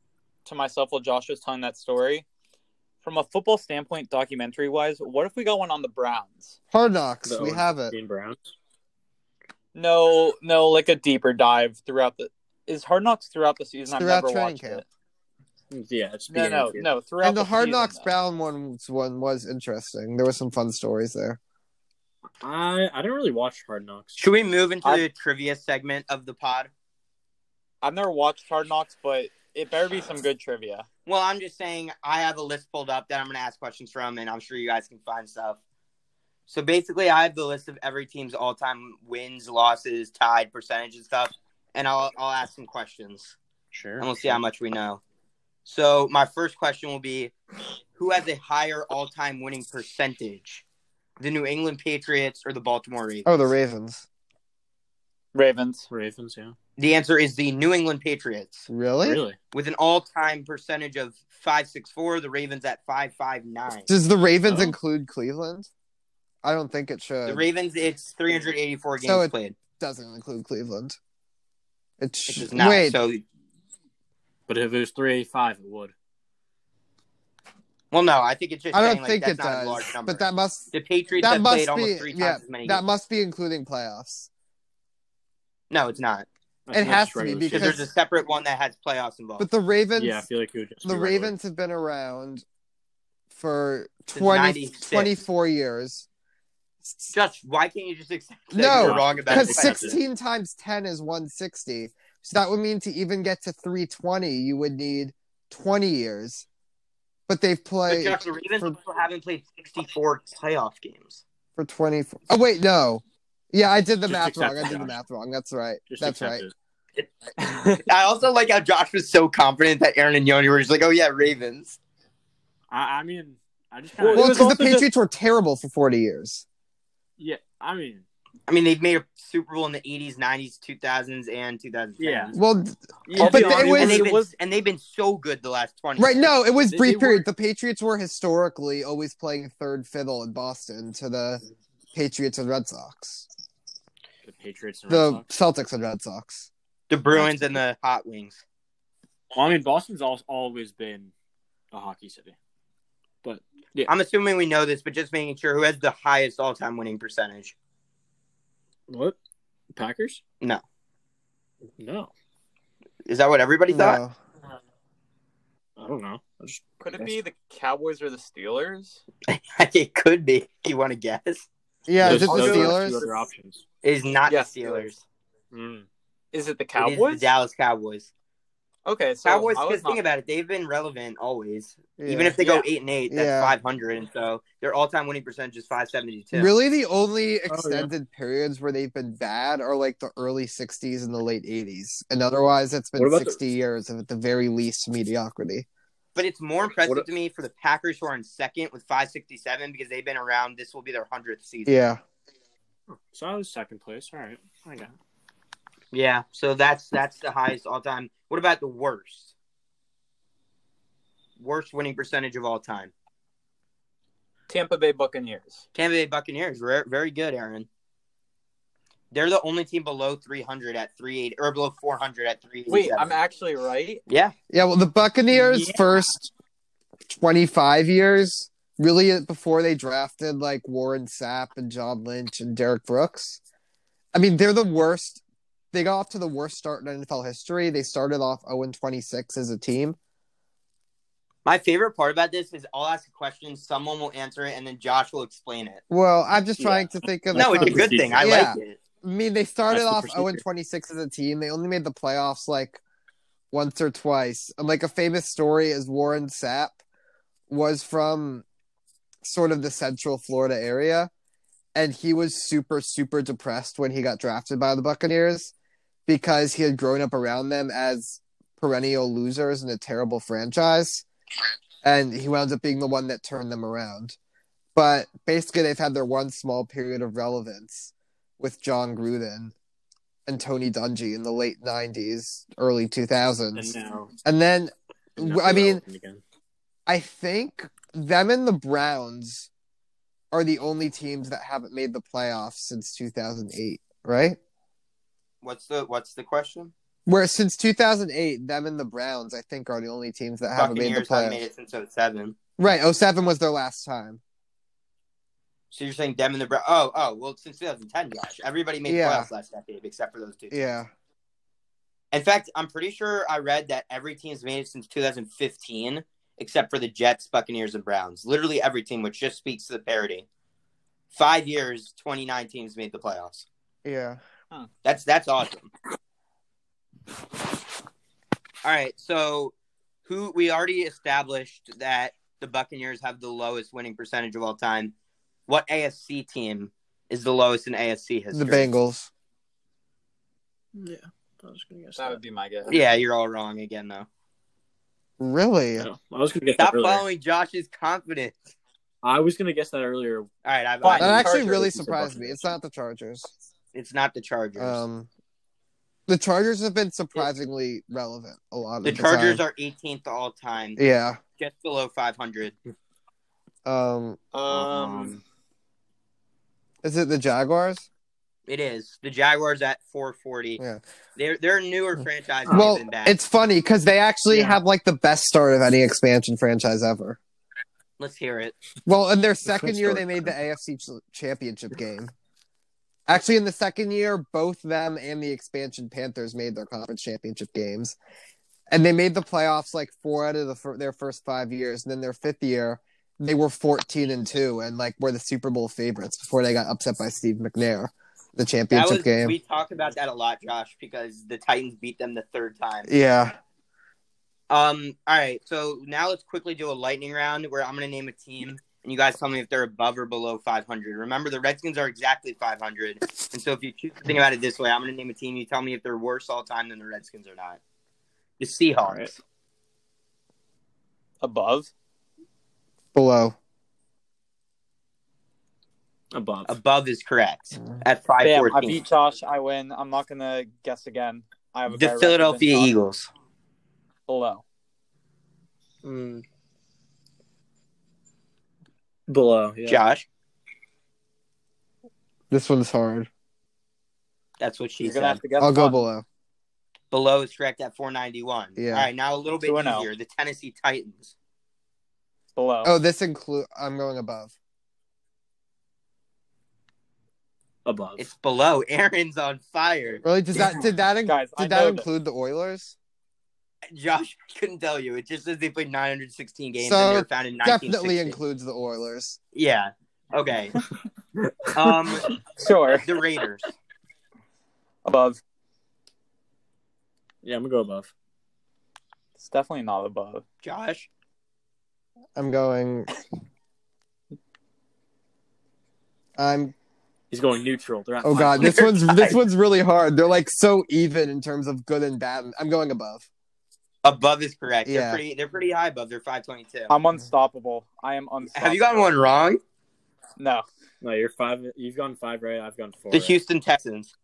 S4: to myself while Josh was telling that story. From a football standpoint, documentary wise, what if we got one on the Browns?
S3: hard knocks.
S2: The
S3: we
S2: O-
S3: have it.
S2: Dean Brown.
S4: No, no, like a deeper dive throughout the. Is Hard Knocks throughout the season? I've
S3: Throughout
S4: never
S3: training
S4: watched
S3: camp.
S4: it.
S2: Yeah, it's
S4: No, no, no. Throughout
S3: And the hard
S4: season,
S3: knocks
S4: though.
S3: Brown one was- one was interesting. There were some fun stories there.
S2: I I don't really watch Hard Knocks.
S1: Should we move into
S4: I-
S1: the trivia segment of the pod?
S4: I've never watched Hard Knocks, but it better be some good trivia.
S1: Well, I'm just saying I have a list pulled up that I'm going to ask questions from, and I'm sure you guys can find stuff. So basically, I have the list of every team's all-time wins, losses, tied percentage, and stuff, and I'll I'll ask some questions.
S2: Sure.
S1: and we'll see how much we know. So my first question will be, who has a higher all-time winning percentage, the New England Patriots or the Baltimore Ravens?
S3: Oh, the Ravens.
S4: Ravens.
S2: Ravens. Yeah.
S1: The answer is the New England Patriots
S3: Really?
S2: Really?
S1: with an all-time percentage of five six four. The Ravens at five five nine.
S3: Does the Ravens
S2: Oh.
S3: include Cleveland? I don't think it should.
S1: The Ravens, it's 384
S3: So
S1: games
S3: it-
S1: played.
S3: doesn't include Cleveland. It,
S1: It
S3: sh-
S1: does not.
S3: wait.
S1: So,
S2: But if it was three eighty five, it would.
S1: well, no, I think it's just
S3: I
S1: saying,
S3: don't
S1: like,
S3: think
S1: that's
S3: it
S1: not a
S3: does.
S1: large number.
S3: But that must
S1: the Patriots
S3: that
S1: have
S3: must
S1: played almost
S3: be-
S1: three times
S3: yeah,
S1: as many.
S3: that
S1: games.
S3: must be including playoffs.
S1: no, it's not.
S2: I
S3: It
S2: think
S3: has
S2: it's
S3: to be
S1: Because
S2: regular
S3: because-
S2: season.
S1: there's a separate one that has playoffs involved.
S3: But the Ravens,
S2: yeah, I feel like it would just
S3: the
S2: be regular.
S3: Ravens have been around for
S1: Since
S3: 20,
S1: 96.
S3: 24 years.
S1: Josh, why can't you just accept that
S3: No,
S1: you're wrong about
S3: Because
S1: it?
S2: That's it.
S3: sixteen times ten is one sixty, so that would mean to even get to three twenty, you would need twenty years. But they've
S1: But
S3: played
S1: Josh, the Ravens
S3: for-
S1: also haven't played 64 playoff games.
S3: for twenty four. Oh wait, no. Yeah, I did the
S2: Just
S3: math
S2: accept
S3: wrong.
S2: it,
S3: I did the
S2: Josh.
S3: math wrong. That's right.
S2: Just
S3: That's
S2: accept
S3: right.
S2: it.
S1: I also like how Josh was so confident that Aaron and Yoni were just like, oh, yeah, Ravens.
S2: I, I mean, I just kind
S4: Well,
S2: of
S4: it
S3: Well,
S4: was
S3: because the
S4: also just-
S3: Patriots were terrible for 40 years.
S2: yeah. I mean,
S1: I mean, they've made a Super Bowl in the 80s, 90s, 2000s, and 2010s.
S2: Yeah.
S3: Well,
S2: yeah,
S3: but
S2: no,
S3: they-
S2: I mean,
S3: was-
S1: and, they've
S4: it
S1: been,
S4: was
S1: and they've been so good the last 20
S3: right, no, it was
S2: They-
S3: brief
S2: they
S3: period. The Patriots were historically always playing third fiddle in Boston to the Patriots and Red Sox,
S2: the Patriots and Red
S3: the
S2: Sox.
S3: Celtics and Red Sox.
S1: The Bruins and the Hot Wings.
S2: Well, I mean, Boston's al- always been a hockey city. But
S1: I'm assuming we know this, but just making sure who has the highest all time winning percentage.
S2: what? Packers?
S1: No.
S2: No.
S1: Is that what everybody thought?
S3: No.
S2: I don't know. I just-
S4: could it be the Cowboys or the Steelers?
S1: it could be. You want to guess?
S3: Yeah, is
S2: those-
S3: it the
S2: those are
S3: Steelers?
S2: Two other options.
S1: It is not
S4: Yes,
S1: the Steelers.
S2: Mm.
S4: Is it the
S1: It is
S4: Cowboys?
S1: the Dallas Cowboys.
S4: Okay, so
S1: Cowboys.
S4: I
S1: Because
S4: was
S1: think
S4: not,
S1: about it, they've been relevant always.
S3: Yeah.
S1: Even if they
S4: Yeah.
S1: go eight and eight, that's
S3: Yeah.
S1: five hundred, and so their all-time winning percentage is five seventy-two.
S3: Really, the
S2: Oh,
S3: only extended periods where they've been bad are like the early 60s and the late 80s. And otherwise, it's
S2: What
S3: been
S2: about the-
S3: 60 years of at the very least mediocrity.
S1: But it's more impressive
S2: What a-
S1: to me for the Packers who are in second with five sixty-seven because they've been around. This will be their hundredth season.
S3: Yeah.
S2: So I was second place. All right. I got it.
S1: Yeah, So that's that's the highest all-time. What about the worst? Worst winning percentage of all time.
S4: Tampa Bay Buccaneers.
S1: Tampa Bay Buccaneers. Re- Very good, Aaron. They're the only team below three hundred at three eight or below four hundred at three.
S4: Wait, I'm actually right.
S1: yeah.
S3: Yeah, well, the Buccaneers'
S2: Yeah.
S3: first 25 years, really before they drafted like Warren Sapp and John Lynch and Derek Brooks. I mean, they're the worst they got off to the worst start in NFL history. They started off 0 26 as a team.
S1: My favorite part about this is I'll ask a question, someone will answer it, and then Josh will explain it.
S3: Well, I'm just trying to think of the
S1: no, it's a
S3: context.
S1: good thing. I
S3: Yeah.
S1: like it.
S3: I mean, they started
S2: That's the
S3: off 0
S2: procedure.
S3: 26 as a team. They only made the playoffs like once or twice. And like a famous story is Warren Sapp was from sort of the central Florida area. And he was super, super depressed when he got drafted by the Buccaneers because he had grown up around them as perennial losers in a terrible franchise. And he wound up being the one that turned them around. But basically, they've had their one small period of relevance with John Gruden and Tony Dungy in the late 90s, early 2000s.
S2: And now,
S3: And then
S2: and
S3: I
S2: they're
S3: mean-
S2: open again.
S3: I think them and the Browns are the only teams that haven't made the playoffs since 2008, right?
S1: What's the What's the question?
S3: Where since 2008, them and the Browns, I think, are the only teams that haven't made the
S1: Buccaneers haven't
S3: playoffs.
S1: made it since 07.
S3: Right, 07 was their last time.
S1: So you're saying them and the Brown? Oh, oh, well, since 2010, Josh, everybody made
S3: Yeah.
S1: playoffs last decade except for those two.
S3: Yeah.
S1: In fact, I'm pretty sure I read that every team's made it since 2015 except for the Jets, Buccaneers, and Browns. Literally every team, which just speaks to the parity. Five years, 29 teams made the playoffs.
S3: Yeah.
S1: That's that's awesome. All right, so who we already established that the Buccaneers have the lowest winning percentage of all time. What AFC team is the lowest in AFC history?
S3: The Bengals.
S2: Yeah, I was gonna guess
S4: That
S2: that.
S4: would be my guess.
S1: Yeah, you're all wrong again though.
S3: Really?
S2: Oh, I was gonna get
S1: Stop
S2: that earlier.
S1: following Josh's confidence.
S2: I was gonna guess that earlier.
S1: All right, I've,
S4: Fine.
S3: That
S1: I-
S3: actually
S4: Chargers.
S3: really
S2: It's the
S3: surprised me.
S2: Buccaneers.
S3: It's not the Chargers.
S1: it's not the Chargers.
S3: Um, the Chargers have been surprisingly relevant a lot of
S1: the
S3: the,
S1: Chargers
S3: time.
S1: are 18th all time,
S3: Yeah.
S1: just below 500.
S3: Um,
S4: Um,
S3: is it the Jaguars?
S1: It is the Jaguars at 440.
S3: Yeah. Hmm.
S1: They're they're a newer franchise.
S3: Well,
S1: than that.
S3: it's funny because they actually
S2: Yeah.
S3: have like the best start of any expansion franchise ever.
S1: Let's hear it.
S3: Well, in their second
S2: good
S3: year,
S2: start.
S3: they made the AFC ch- championship game. Actually, in the second year, both them and the expansion Panthers made their conference championship games. And they made the playoffs like four out of the fir- their first five years. And then their fifth year, they were 14 and two and like were the Super Bowl favorites before they got upset by Steve McNair, the
S1: That
S3: championship
S1: was,
S3: game.
S1: we talked about that a lot, Josh, because the Titans beat them the third time.
S3: Yeah.
S1: Um. All right. So now let's quickly do a lightning round where I'm going to name a team, and you guys tell me if they're above or below 500. Remember, the Redskins are exactly 500, and so if you choose to think about it this way, I'm going to name a team. You tell me if they're worse all time than the Redskins or not. The
S2: All
S1: Seahawks.
S2: right.
S4: above.
S3: Below.
S2: Above.
S1: Above is correct at
S4: Mm-hmm. Bam! I
S1: 514.
S4: beat Josh. I win. I'm not gonna guess again. I have a
S1: The
S4: guy
S1: Philadelphia
S4: representing Josh
S1: Eagles.
S4: below.
S2: Below. Yeah.
S1: Josh,
S3: This one's hard.
S1: that's what she
S4: You're
S1: said.
S4: gonna have to guess.
S3: I'll go
S4: one.
S3: below.
S1: below is correct at 491.
S3: Yeah.
S1: All right, now a little bit
S4: 2-0.
S1: easier. The Tennessee Titans.
S4: below.
S3: Oh, this include. I'm going above.
S2: Above.
S1: It's below. Aaron's on fire.
S3: Really? Does that did that in-
S4: Guys, I
S3: did that
S4: know
S3: include the Oilers?
S1: Josh I couldn't tell you. It just says they played 916 games
S3: So,
S1: and they were founded in
S3: Definitely
S1: 1960.
S3: includes the Oilers.
S1: Yeah. Okay. um,
S4: that. Sure.
S1: the Raiders.
S4: Above.
S2: Yeah, I'm gonna go above.
S4: It's definitely not above.
S1: Josh,
S3: I'm going. I'm.
S2: He's going neutral. They're at
S3: Oh god,
S2: 500.
S3: this one's this one's really hard. They're like so even in terms of good and bad. I'm going above.
S1: above is correct. They're
S3: Yeah.
S1: pretty. They're pretty high above. They're 522.
S4: I'm unstoppable. I am unstoppable.
S1: Have you gotten one wrong?
S4: No.
S2: No, you're five. You've gone five right. I've gone four.
S1: The
S2: right.
S1: Houston Texans.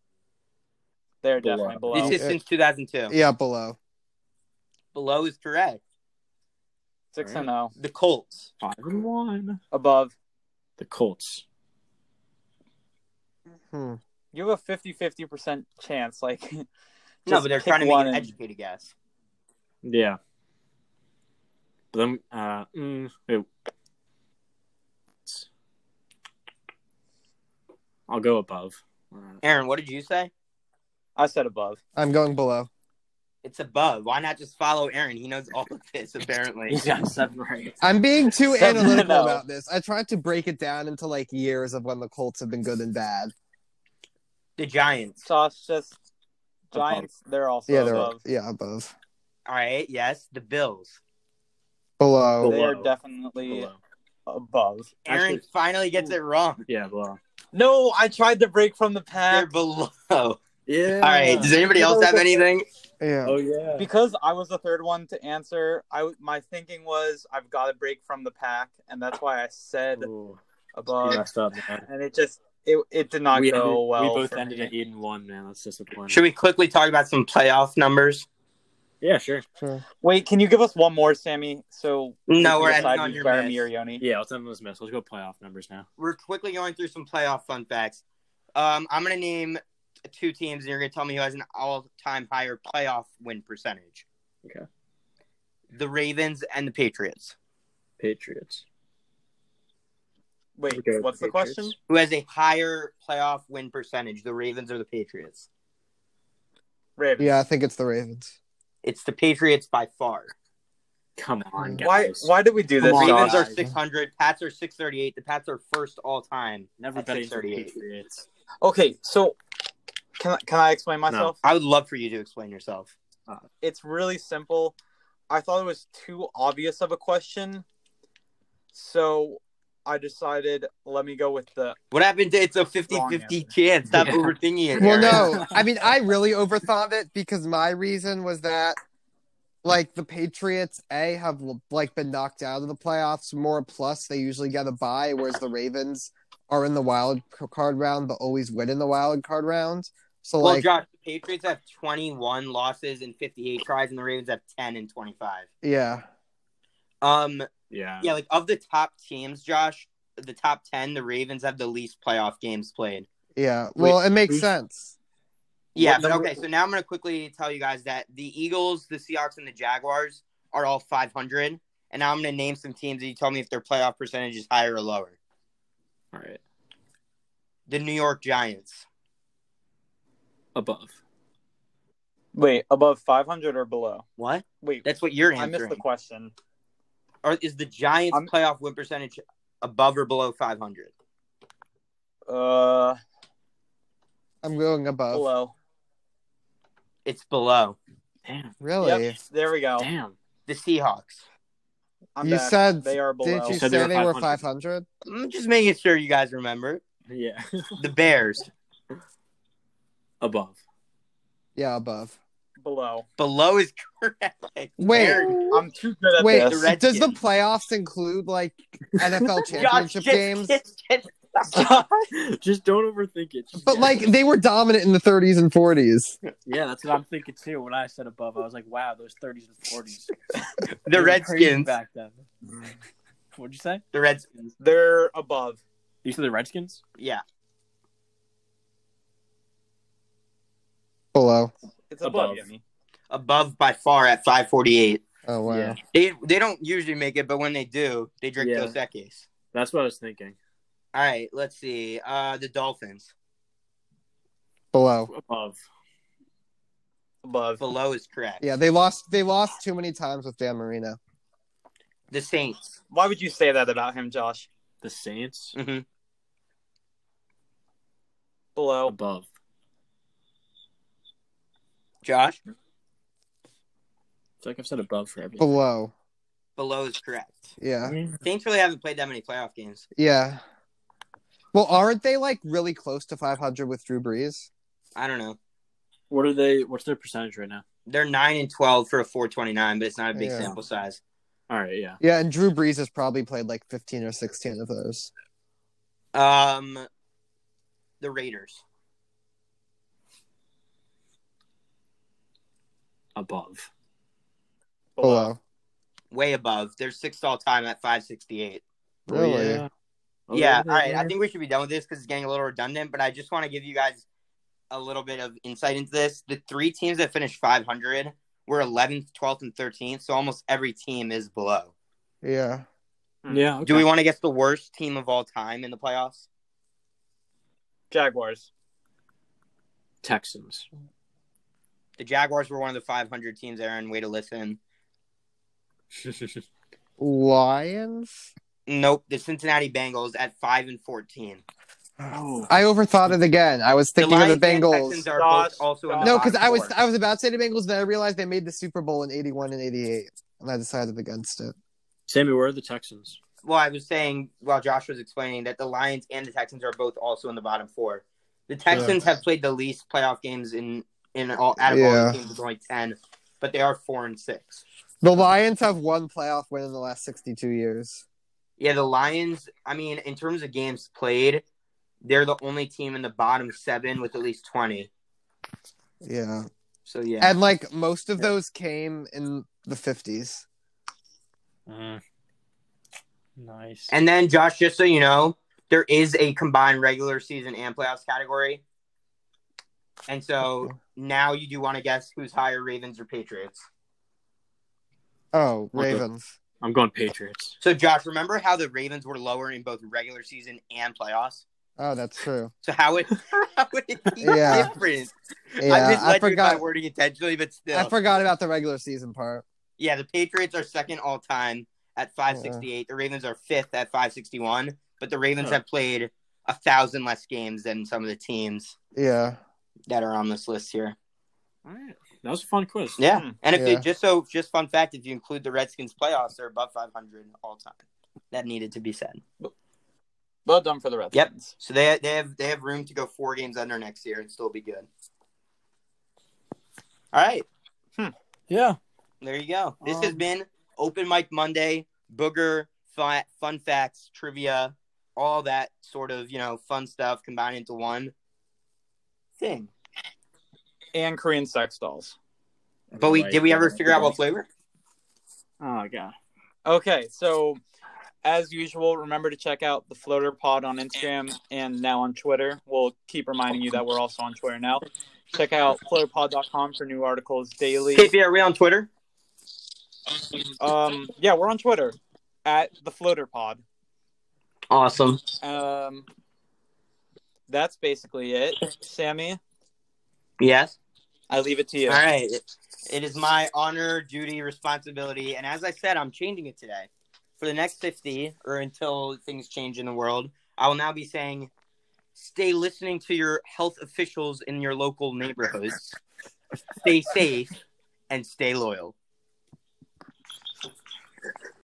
S4: They're
S2: Below.
S4: definitely below.
S1: This is since 2002.
S3: Yeah, below.
S1: Below is correct.
S4: Six and zero.
S1: The Colts.
S2: five and one.
S4: Above.
S2: The Colts.
S3: Hmm.
S4: You have a 50 percent chance. Like,
S1: No,
S4: just
S1: but they're
S4: pick
S1: trying to make
S4: one
S1: an
S4: and-
S1: educated guess.
S2: Yeah. But then, uh, mm, wait. I'll go above. Uh,
S1: Aaron, what did you say?
S4: I said above.
S3: I'm going below.
S1: It's above. Why not just follow Aaron? He knows all of this apparently.
S2: He's got seven right.
S3: I'm being too
S4: Seven
S3: analytical
S4: and oh.
S3: about this. I tried to break it down into like years of when the Colts have been good and bad.
S1: The Giants.
S4: Sauce just Giants. They're also
S3: yeah, they're
S4: above.
S3: yeah above,
S1: All right. Yes. The Bills.
S3: below.
S2: Below.
S4: They're definitely
S2: Below.
S4: above.
S1: Aaron
S2: Actually-
S1: finally gets it wrong.
S2: Yeah, below.
S4: No, I tried to break from the
S1: They're
S4: pack
S1: below. All
S2: Yeah.
S1: right. Does anybody else have anything?
S3: Yeah.
S2: Oh yeah.
S4: because I was the third one to answer. I w- my thinking was I've got to break from the pack, and that's why I said
S2: Ooh, you
S4: above.
S2: messed up, man.
S4: And it just it it did not
S2: we,
S4: go
S2: ended-
S4: well.
S2: we both
S4: for
S2: ended
S4: me.
S2: at eight and one, man. That's disappointing.
S1: Should we quickly talk about some playoff numbers?
S2: Yeah, sure.
S3: Sure.
S4: Wait, can you give us one more, Sammy? So we
S1: No,
S4: can
S1: we're
S4: decide
S1: ending on
S4: who's
S1: your
S4: Jeremy
S1: miss.
S4: or Yoni.
S2: Yeah, let's end this mess. Let's go playoff numbers now.
S1: We're quickly going through some playoff fun facts. Um, I'm gonna name two teams, and you're gonna tell me who has an all-time higher playoff win percentage.
S2: Okay.
S1: The Ravens and the Patriots.
S2: Patriots.
S4: Wait,
S2: Okay,
S4: what's the
S2: Patriots.
S4: question?
S1: Who has a higher playoff win percentage, the Ravens or the Patriots?
S4: Ravens.
S3: Yeah, I think it's the Ravens.
S1: It's the Patriots by far.
S2: Come on, guys.
S4: Why why did we do
S2: Come
S4: this?
S2: on,
S1: Ravens
S2: guys.
S1: are 600. Pats are 638. The Pats are first all time.
S2: Never
S1: At
S2: bet against the
S1: 638.
S2: Patriots.
S4: Okay, so can I, can I explain myself?
S1: I would love for you to explain yourself.
S4: It's really simple. I thought it was too obvious of a question, so I decided let me go with the.
S1: What happened to it's a 50
S4: Wrong
S1: 50
S4: answer.
S1: chance? Stop
S2: Yeah.
S1: overthinking it.
S3: Well,
S1: Aaron.
S3: no, I mean, I really overthought it because my reason was that, like, the Patriots a have like been knocked out of the playoffs more. Plus, they usually get a bye, whereas the Ravens are in the wild card round, but always win in the wild card round. So,
S1: Well,
S3: like,
S1: Josh, the Patriots have 21 losses and 58 tries, and the Ravens have 10 and 25.
S3: yeah,
S1: Um,
S2: Yeah.
S1: yeah, like of the top teams, Josh, the top 10, the Ravens have the least playoff games played.
S3: yeah. Well, it makes
S2: who's-
S3: sense.
S1: Yeah,
S2: What
S1: but
S2: number-
S1: okay, so now I'm going to quickly tell you guys that the Eagles, the Seahawks, and the Jaguars are all 500. And now I'm going to name some teams and you tell me if their playoff percentage is higher or lower.
S2: All right.
S1: The New York Giants,
S2: Above.
S4: Wait, above five hundred or below?
S1: what?
S4: Wait,
S1: That's what you're
S4: I missed
S1: answering.
S4: the question.
S1: or is the Giants'
S4: I'm-
S1: playoff win percentage above or below 500?
S4: Uh,
S3: I'm going above.
S4: below.
S1: It's below.
S2: Damn.
S3: Really?
S4: Yep, there we go.
S2: Damn.
S1: The Seahawks.
S4: I'm
S3: You
S4: back.
S3: said-
S4: they are below.
S3: Did you say
S2: said they were
S3: they were
S2: 500.
S3: 500?
S1: I'm just making sure you guys remember.
S2: Yeah.
S1: The Bears
S2: Above.
S3: Yeah, above.
S4: Below.
S1: below is correct.
S3: Wait,
S1: Aaron,
S4: I'm too good at
S3: Wait,
S1: the
S4: this.
S1: Red-
S3: does the
S1: Redskins.
S3: playoffs include like NFL
S1: Josh,
S3: championship
S1: just-
S3: games?
S1: just- just-
S2: Just don't overthink it. Just-
S3: But like they were dominant in the 30s and 40s.
S2: yeah, that's what I'm thinking too. When I said above, I was like, wow, those 30s and 40s. They
S1: the
S2: were crazy
S1: Redskins.
S2: back then. What'd you say?
S1: The Redskins.
S4: They're above.
S2: You said the Redskins?
S1: Yeah.
S3: Below.
S4: It's above,
S2: Above.
S4: Yemi.
S1: Above by far at 548.
S3: Oh wow.
S2: Yeah.
S1: They they don't usually make it, but when they do, they drink
S2: Yeah.
S1: Dos Equis.
S2: That's what I was thinking.
S1: All right, let's see. Uh, the Dolphins.
S3: Below.
S2: Above.
S4: Above.
S1: Below is correct.
S3: Yeah, they lost they lost too many times with Dan Marino.
S1: The Saints.
S4: Why would you say that about him, Josh?
S2: The Saints?
S1: hmm
S4: Below.
S2: Above.
S1: Josh.
S2: It's like I've said above for everything.
S3: Below.
S1: Below is correct.
S3: Yeah.
S1: Saints really haven't played that many playoff games.
S3: Yeah. Well, aren't they like really close to 500 with Drew Brees?
S1: I don't know.
S2: What are they? What's their percentage right now?
S1: They're nine and twelve for a four twenty nine, but it's not a big
S3: Yeah.
S1: sample size.
S2: All right, yeah.
S3: Yeah, and Drew Brees has probably played like 15 or 16 of those.
S1: Um, the Raiders.
S2: Above.
S1: Oh,
S3: Below.
S1: way above. They're sixth all time at 568.
S3: Really?
S2: Yeah. Oh,
S1: yeah.
S2: they
S1: All right. I
S2: are.
S1: think we should be done with this because it's getting a little redundant, but I just want to give you guys a little bit of insight into this. The three teams that finished 500 were 11th, 12th, and 13th. So almost every team is below.
S3: Yeah.
S2: Yeah.
S1: Do we want to guess the worst team of all time in the playoffs?
S4: Jaguars.
S2: Texans?
S1: The Jaguars were one of the 500 teams, Aaron. Way to listen.
S2: Oh.
S3: Lions.
S1: Nope. The Cincinnati Bengals at 5 and 14.
S2: oh,
S3: I overthought it again. I was thinking of
S1: Lions
S3: the
S1: and
S3: Bengals.
S1: Texans are both
S4: Sauce,
S1: also in the
S3: No,
S1: bottom
S3: because I was
S1: four.
S3: I was about to say the Bengals, then I realized they made the Super Bowl in '81 and '88, and I decided against it.
S2: Sammy, where are the Texans?
S1: well, I was saying while Josh was explaining that the Lions and the Texans are both also in the bottom four. The Texans have played the least playoff games in in all out of all
S3: Yeah.
S1: the teams, it's only ten, but they are four and six.
S3: The Lions have one playoff win in the last 62 years.
S1: Yeah, the Lions. I mean, in terms of games played, they're the only team in the bottom seven with at least twenty.
S3: Yeah,
S1: So yeah,
S3: and like most of those came in the 50s. Mm.
S2: Nice.
S1: and then Josh, just so you know, there is a combined regular season and playoffs category, and so now you do want to guess who's higher, Ravens or Patriots.
S3: Oh,
S2: Okay.
S3: Ravens.
S2: I'm going Patriots.
S1: So, Josh, remember how the Ravens were lower in both regular season and playoffs?
S3: Oh, that's true.
S1: So how would how would it be
S3: Yeah.
S1: different? I
S3: Yeah,
S1: misled you
S3: I,
S1: with my
S3: forgot.
S1: wording intentionally, but still,
S3: I forgot about the regular season part.
S1: yeah, the Patriots are second all time at five sixty eight. The Ravens are fifth at five sixty one, but the Ravens
S2: Huh.
S1: have played a thousand less games than some of the teams
S3: Yeah.
S1: that are on this list here.
S2: All right. That was a fun quiz.
S1: Yeah,
S4: Hmm.
S1: and if
S3: Yeah.
S1: you just so just fun fact, if you include the Redskins playoffs, they're above five hundred all time. That needed to be said.
S4: Well done for the Redskins.
S1: So they they have they have room to go four games under next year and still be good. All right,
S2: Yeah.
S1: there you go. This has
S2: Um,
S1: been Open Mic Monday, Booger, fun, fun facts, trivia, all that sort of you know fun stuff combined into one thing.
S4: And Korean sex dolls.
S1: But we did we ever figure out what flavor?
S2: Oh god.
S4: Okay, so as usual, remember to check out the Floater Pod on Instagram and now on Twitter. We'll keep reminding you that we're also on Twitter now. Check out floaterpod.com for new articles daily.
S1: KP, are we on Twitter?
S4: Um, yeah, we're on Twitter at the Floater Pod.
S1: Awesome.
S4: Um, that's basically it. Sammy,
S1: Yes.
S4: I leave it to you.
S1: All right. It is my honor, duty, responsibility. And as I said, I'm changing it today. For the next 50 or until things change in the world, I will now be saying stay listening to your health officials in your local neighborhoods, stay safe, and stay loyal.